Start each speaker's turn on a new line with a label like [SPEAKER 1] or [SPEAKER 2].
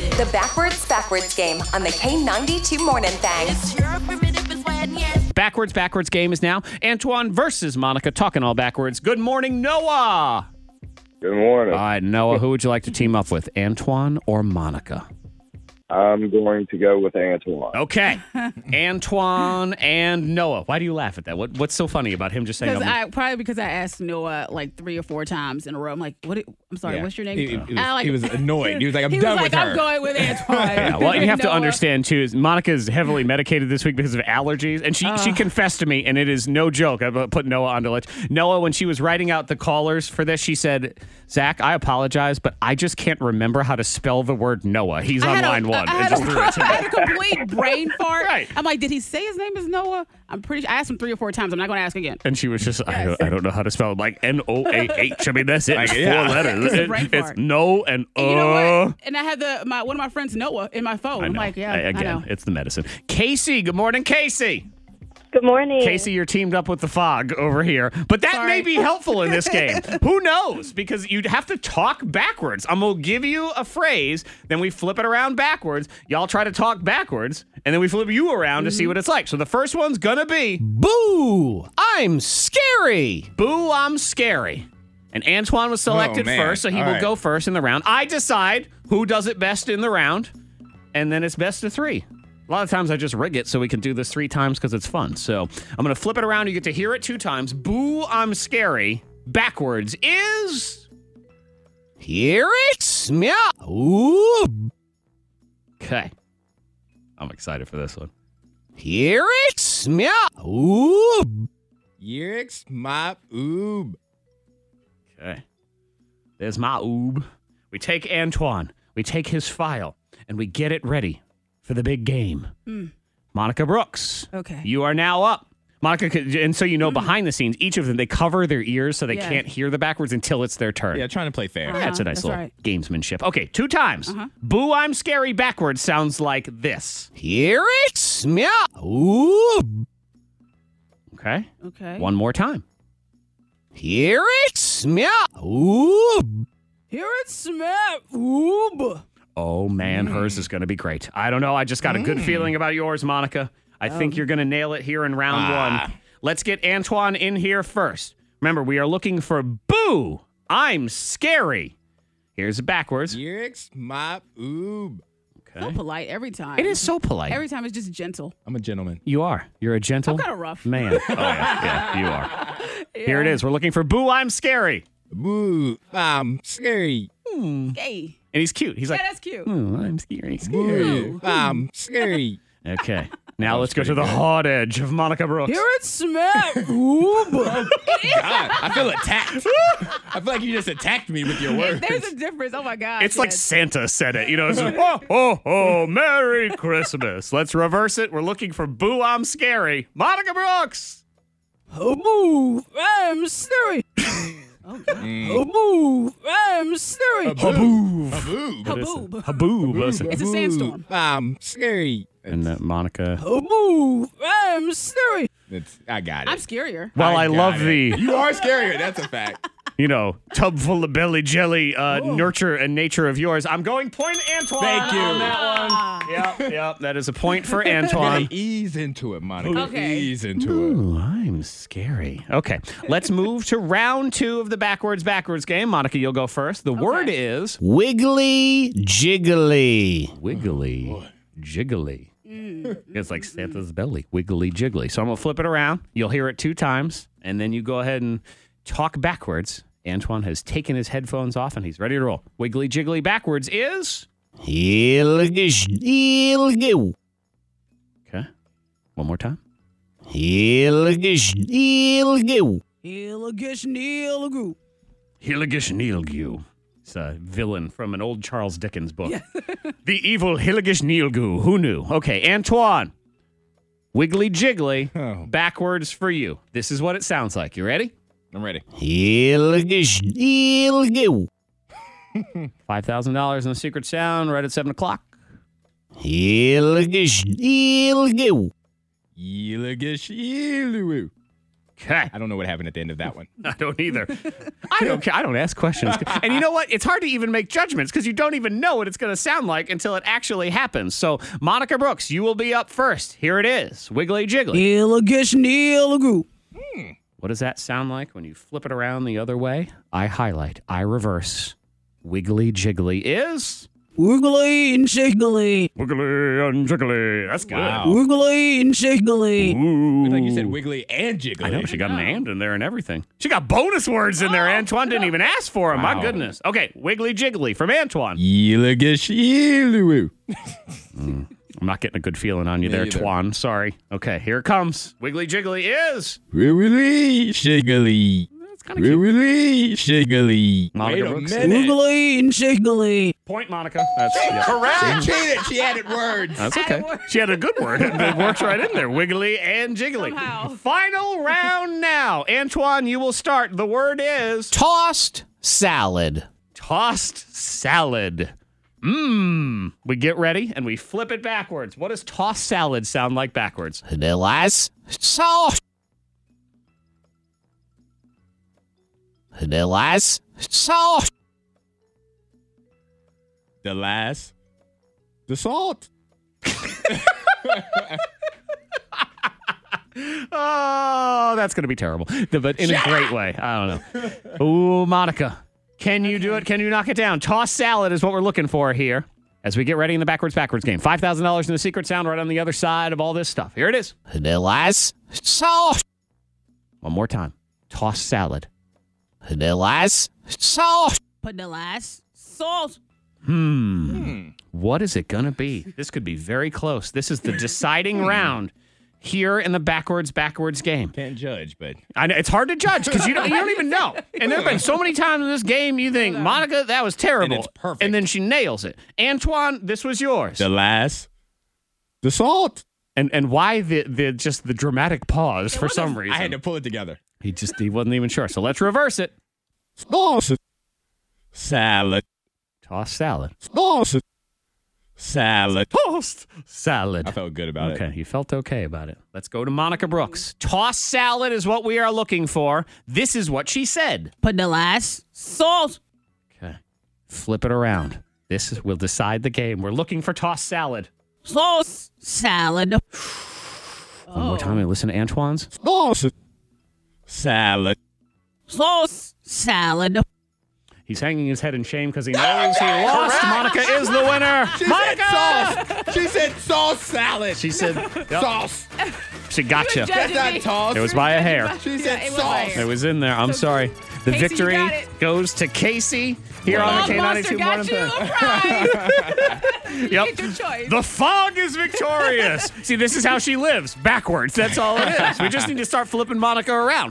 [SPEAKER 1] The Backwards Backwards Game on the K92 Morning Thang.
[SPEAKER 2] Backwards, backwards game is now Antoine versus Monica talking all backwards. Good morning, Noah.
[SPEAKER 3] Good morning.
[SPEAKER 2] All right, Noah, who would you like to team up with, Antoine or Monica?
[SPEAKER 3] I'm going to go with Antoine.
[SPEAKER 2] Okay, Antoine and Noah. Why do you laugh at that? What, what's so funny about him just saying?
[SPEAKER 4] Because
[SPEAKER 2] I'm-
[SPEAKER 4] I probably because I asked Noah like three or four times in a row. I'm like, what? I'm sorry.
[SPEAKER 5] Yeah.
[SPEAKER 4] What's your name?
[SPEAKER 5] He- he- he was-
[SPEAKER 4] I
[SPEAKER 5] he was annoyed. He was like, I'm
[SPEAKER 4] he
[SPEAKER 5] done
[SPEAKER 4] was
[SPEAKER 5] with
[SPEAKER 4] like,
[SPEAKER 5] her.
[SPEAKER 4] I'm going with Antoine.
[SPEAKER 2] Yeah, well, you have to
[SPEAKER 4] Noah.
[SPEAKER 2] understand too is Monica is heavily medicated this week because of allergies, and she she confessed to me, and it is no joke. I put Noah on the list. Noah, when she was writing out the callers for this, she said, "Zach, I apologize, but I just can't remember how to spell the word Noah. He's
[SPEAKER 4] I
[SPEAKER 2] on
[SPEAKER 4] had a-
[SPEAKER 2] line
[SPEAKER 4] I-
[SPEAKER 2] one."
[SPEAKER 4] I
[SPEAKER 2] and
[SPEAKER 4] had,
[SPEAKER 2] just
[SPEAKER 4] a,
[SPEAKER 2] threw it to
[SPEAKER 4] I
[SPEAKER 2] me.
[SPEAKER 4] had a complete brain fart.
[SPEAKER 2] Right.
[SPEAKER 4] I'm like, did he say his name is Noah? I'm pretty. I asked him three or four times. I'm not going to ask again.
[SPEAKER 2] And she was just, I, don't, I don't know how to spell it. Like N O A H. I mean, that's it. It's four
[SPEAKER 5] yeah.
[SPEAKER 2] letters.
[SPEAKER 4] It's a
[SPEAKER 2] It-
[SPEAKER 4] brain
[SPEAKER 2] it's
[SPEAKER 4] fart.
[SPEAKER 2] no and uh.
[SPEAKER 4] And you know what? And I had the my one of my friends Noah in my phone.
[SPEAKER 2] I
[SPEAKER 4] I'm
[SPEAKER 2] know.
[SPEAKER 4] like, yeah,
[SPEAKER 2] I- again,
[SPEAKER 4] I know.
[SPEAKER 2] it's the medicine. Casey, good morning, Casey.
[SPEAKER 6] Good morning.
[SPEAKER 2] Casey, you're teamed up with the fog over here, but that may
[SPEAKER 4] Sorry.
[SPEAKER 2] be helpful in this game. Who knows? Because you'd have to talk backwards. I'm gonna give you a phrase, then we flip it around backwards. Y'all try to talk backwards, and then we flip you around to see what it's like. So the first one's gonna be Mm-hmm. Boo, I'm scary. Boo, I'm scary. And Antoine was selected
[SPEAKER 5] Oh, man.
[SPEAKER 2] first, so he
[SPEAKER 5] All
[SPEAKER 2] will
[SPEAKER 5] right.
[SPEAKER 2] go first in the round. I decide who does it best in the round, and then it's best of three. A lot of times I just rig it so we can do this three times because it's fun. So I'm going to flip it around. You get to hear it two times. Boo, I'm scary. Backwards is. Hear it? Yeah. Ooh. Okay. I'm excited for this one. Hear it? Yeah. Ooh.
[SPEAKER 5] Yerix Mop Oob.
[SPEAKER 2] Okay. There's my oob. We take Antoine, we take his file, and we get it ready for the big game. Monica Brooks.
[SPEAKER 4] Hmm. Okay. Hmm.
[SPEAKER 2] You are now up. Monica, could- and so you know, behind the scenes, each of them, they cover their ears so they
[SPEAKER 4] Yeah.
[SPEAKER 2] can't hear the backwards until it's their turn.
[SPEAKER 5] Yeah, trying to play fair.
[SPEAKER 4] Uh-huh.
[SPEAKER 2] That's a nice
[SPEAKER 4] that's
[SPEAKER 2] little
[SPEAKER 4] right. Uh-huh.
[SPEAKER 2] gamesmanship. Okay, two times. Boo, I'm scary backwards sounds like this. Hear it? Yeah. Ooh. Okay.
[SPEAKER 4] okay.
[SPEAKER 2] One more time. Hear it? Yeah. Ooh.
[SPEAKER 4] Here it's Smith. Oob.
[SPEAKER 2] Oh man,
[SPEAKER 4] Mm.
[SPEAKER 2] hers is going to be great. I don't know. I just got a good feeling about yours, Monica. I think
[SPEAKER 4] Um,
[SPEAKER 2] you're going to nail it here in round
[SPEAKER 4] ah.
[SPEAKER 2] one. Let's get Antoine in here first. Remember, we are looking for boo. I'm scary. Here's it backwards.
[SPEAKER 5] Yerix Mop Oob.
[SPEAKER 4] So
[SPEAKER 2] Okay.
[SPEAKER 4] polite every time.
[SPEAKER 2] It is so polite.
[SPEAKER 4] Every time it's just gentle.
[SPEAKER 5] I'm a gentleman.
[SPEAKER 2] you are. You're a gentle
[SPEAKER 4] I'm kinda rough.
[SPEAKER 2] man. oh, yeah, yeah, you are. Here it is. We're looking for boo. I'm scary.
[SPEAKER 5] Boo. I'm scary.
[SPEAKER 4] Hey.
[SPEAKER 2] And he's cute. He's
[SPEAKER 4] Yeah,
[SPEAKER 2] like,
[SPEAKER 4] that's cute.
[SPEAKER 2] "Ooh, I'm scary.
[SPEAKER 5] Boo. I'm scary.
[SPEAKER 2] Okay. Now let's go to the hard edge of Monica Brooks.
[SPEAKER 4] Here it's Smith. Oob.
[SPEAKER 5] God, I feel attacked. I feel like you just attacked me with your words.
[SPEAKER 4] There's a difference. Oh my God.
[SPEAKER 2] It's like
[SPEAKER 4] yes.
[SPEAKER 2] Santa said it. You know, it's just, oh, oh, oh, Merry Christmas. Let's reverse it. We're looking for Boo I'm Scary. Monica Brooks.
[SPEAKER 4] Haboo, I'm Siri. Mm. Haboo, I'm Siri.
[SPEAKER 2] Haboob.
[SPEAKER 5] Boo.
[SPEAKER 4] Haboob.
[SPEAKER 2] Haboob. Listen.
[SPEAKER 4] It's a sandstorm.
[SPEAKER 5] I'm scary.
[SPEAKER 2] And that Monica.
[SPEAKER 4] Haboo, I'm Siri.
[SPEAKER 5] It's, I got it.
[SPEAKER 4] I'm scarier.
[SPEAKER 2] Well, I,
[SPEAKER 5] got
[SPEAKER 2] love
[SPEAKER 5] it.
[SPEAKER 2] the,
[SPEAKER 5] You are scarier. That's a fact.
[SPEAKER 2] you know, tub full of belly jelly uh, nurture and nature of yours. I'm going point Antoine.
[SPEAKER 4] Oh,
[SPEAKER 5] Thank you.
[SPEAKER 2] On
[SPEAKER 4] Ah.
[SPEAKER 2] that one. yep, yep. That is a point for
[SPEAKER 5] Really
[SPEAKER 2] Antoine.
[SPEAKER 5] ease into it, Monica.
[SPEAKER 4] Okay.
[SPEAKER 5] Ease into it.
[SPEAKER 2] Ooh, I'm scary. Okay, let's move to round two of the backwards backwards game. Monica, you'll go first. The word is wiggly jiggly. Wiggly jiggly. It's like Santa's belly, wiggly jiggly. So I'm gonna flip it around. You'll hear it two times, and then you go ahead and talk backwards. Antoine has taken his headphones off and he's ready to roll. Wiggly jiggly backwards is. Okay, one more time. Hilgish
[SPEAKER 4] Illigish Neelagu.
[SPEAKER 2] Nilgu. It's a villain from an old Charles Dickens book. the evil Hilgish Nilgu. Who knew? Okay, Antoine. Wiggly jiggly.
[SPEAKER 5] Oh.
[SPEAKER 2] Backwards for you. This is what it sounds like. You ready?
[SPEAKER 5] I'm ready.
[SPEAKER 2] Hilgish Nilgu. $5,000 in the secret sound right at 7 o'clock. Hilgish Nilgu.
[SPEAKER 5] Yiligish Yilu.
[SPEAKER 2] Okay.
[SPEAKER 5] I don't know what happened at the end of that one.
[SPEAKER 2] I don't either. I don't care. I don't ask questions. And you know what? It's hard to even make judgments because you don't even know what it's going to sound like until it actually happens. So, Monica Brooks, you will be up first. Here it is Wiggly Jiggly.
[SPEAKER 4] Illigish Neilagoo.
[SPEAKER 2] What does that sound like when you flip it around the other way? I highlight, I reverse. Wiggly Jiggly is.
[SPEAKER 4] Wiggly and jiggly.
[SPEAKER 2] Wiggly and Jiggly. That's good.
[SPEAKER 5] Wow.
[SPEAKER 4] Wiggly and jiggly.
[SPEAKER 5] I think you said wiggly and jiggly.
[SPEAKER 2] I know she got an and in there and everything. She got bonus words in there.
[SPEAKER 5] Oh.
[SPEAKER 2] Antoine didn't even ask for them. My
[SPEAKER 5] Wow.
[SPEAKER 2] goodness. Okay, Wiggly Jiggly from Antoine.
[SPEAKER 5] Yeeligish yeeloo.
[SPEAKER 2] I'm not getting a good feeling on you
[SPEAKER 5] Me
[SPEAKER 2] there,
[SPEAKER 5] either.
[SPEAKER 2] Twan. Sorry. Okay, here it comes. Wiggly Jiggly is.
[SPEAKER 5] Wiggly shiggly.
[SPEAKER 2] That's kind of cute.
[SPEAKER 5] Wiggly shiggly. Wait
[SPEAKER 2] Monica
[SPEAKER 5] a
[SPEAKER 2] Brooks.
[SPEAKER 5] minute.
[SPEAKER 4] and jiggly.
[SPEAKER 2] Point, Monica. That's yeah.
[SPEAKER 5] Correct. She cheated. She added words.
[SPEAKER 2] That's okay. She had a good word. It works right in there. Wiggly and jiggly.
[SPEAKER 4] Somehow.
[SPEAKER 2] Final round now. Antoine, you will start. The word is
[SPEAKER 6] Tossed salad.
[SPEAKER 2] tossed salad. Mmm. We get ready and we flip it backwards. What does tossed salad sound like backwards?
[SPEAKER 6] The last sauce. The last sauce.
[SPEAKER 5] The last. The salt.
[SPEAKER 2] Oh, that's going to be terrible, but in a great way. I don't know. Ooh, Monica, can you do it? Can you knock it down? Toss salad is what we're looking for here as we get ready in the backwards backwards game. Five thousand dollars in the secret sound right on the other side of all this stuff. Here it is.
[SPEAKER 6] The last sauce.
[SPEAKER 2] One more time. Toss salad.
[SPEAKER 6] The last sauce.
[SPEAKER 4] Put the last salt.
[SPEAKER 2] What is it going to be? This could be very close. This is the
[SPEAKER 6] Hmm.
[SPEAKER 2] deciding round here in the backwards backwards game.
[SPEAKER 5] Can't judge, but
[SPEAKER 2] I know it's hard to judge because you don't you don't even know. And there have been so many times in this game you think Monica that was terrible,
[SPEAKER 5] And it's perfect.
[SPEAKER 2] and then she nails it. Antoine, this was yours.
[SPEAKER 5] the last. The salt.
[SPEAKER 2] And and why the the just the dramatic pause for some reason?
[SPEAKER 5] I had to pull it together.
[SPEAKER 2] He just he wasn't even sure. So let's reverse it.
[SPEAKER 5] Sauce. Salad.
[SPEAKER 2] Toss salad.
[SPEAKER 5] Sauce. Salad.
[SPEAKER 2] Tossed salad.
[SPEAKER 5] I felt good about
[SPEAKER 2] Okay, you felt okay about it. Let's go to Monica Brooks. Toss salad is what we are looking for. This is what she said.
[SPEAKER 4] Put the last salt.
[SPEAKER 2] Okay. Flip it around. This is, will decide the game. We're looking for toss salad.
[SPEAKER 4] Sauce. Salad.
[SPEAKER 2] One more time and listen to Antoine's.
[SPEAKER 5] it. Sauce. Salad.
[SPEAKER 4] Sauce. Salad.
[SPEAKER 2] He's hanging his head in shame because he knows he lost. Monica is the winner. Monica!
[SPEAKER 5] sauce. She said sauce salad.
[SPEAKER 2] She said, yep,
[SPEAKER 5] sauce.
[SPEAKER 2] she gotcha.
[SPEAKER 5] That's not toss.
[SPEAKER 2] It was by a hair.
[SPEAKER 5] She said
[SPEAKER 4] it was by a
[SPEAKER 5] sauce.
[SPEAKER 2] It was in there. I'm sorry. The
[SPEAKER 4] Casey, you
[SPEAKER 2] victory
[SPEAKER 4] got it.
[SPEAKER 2] goes to Casey here on the K92 Morning Thing. Yep.
[SPEAKER 4] choice.
[SPEAKER 2] The fog is victorious. See, this is how she lives backwards. That's all it is. We just need to start flipping Monica around.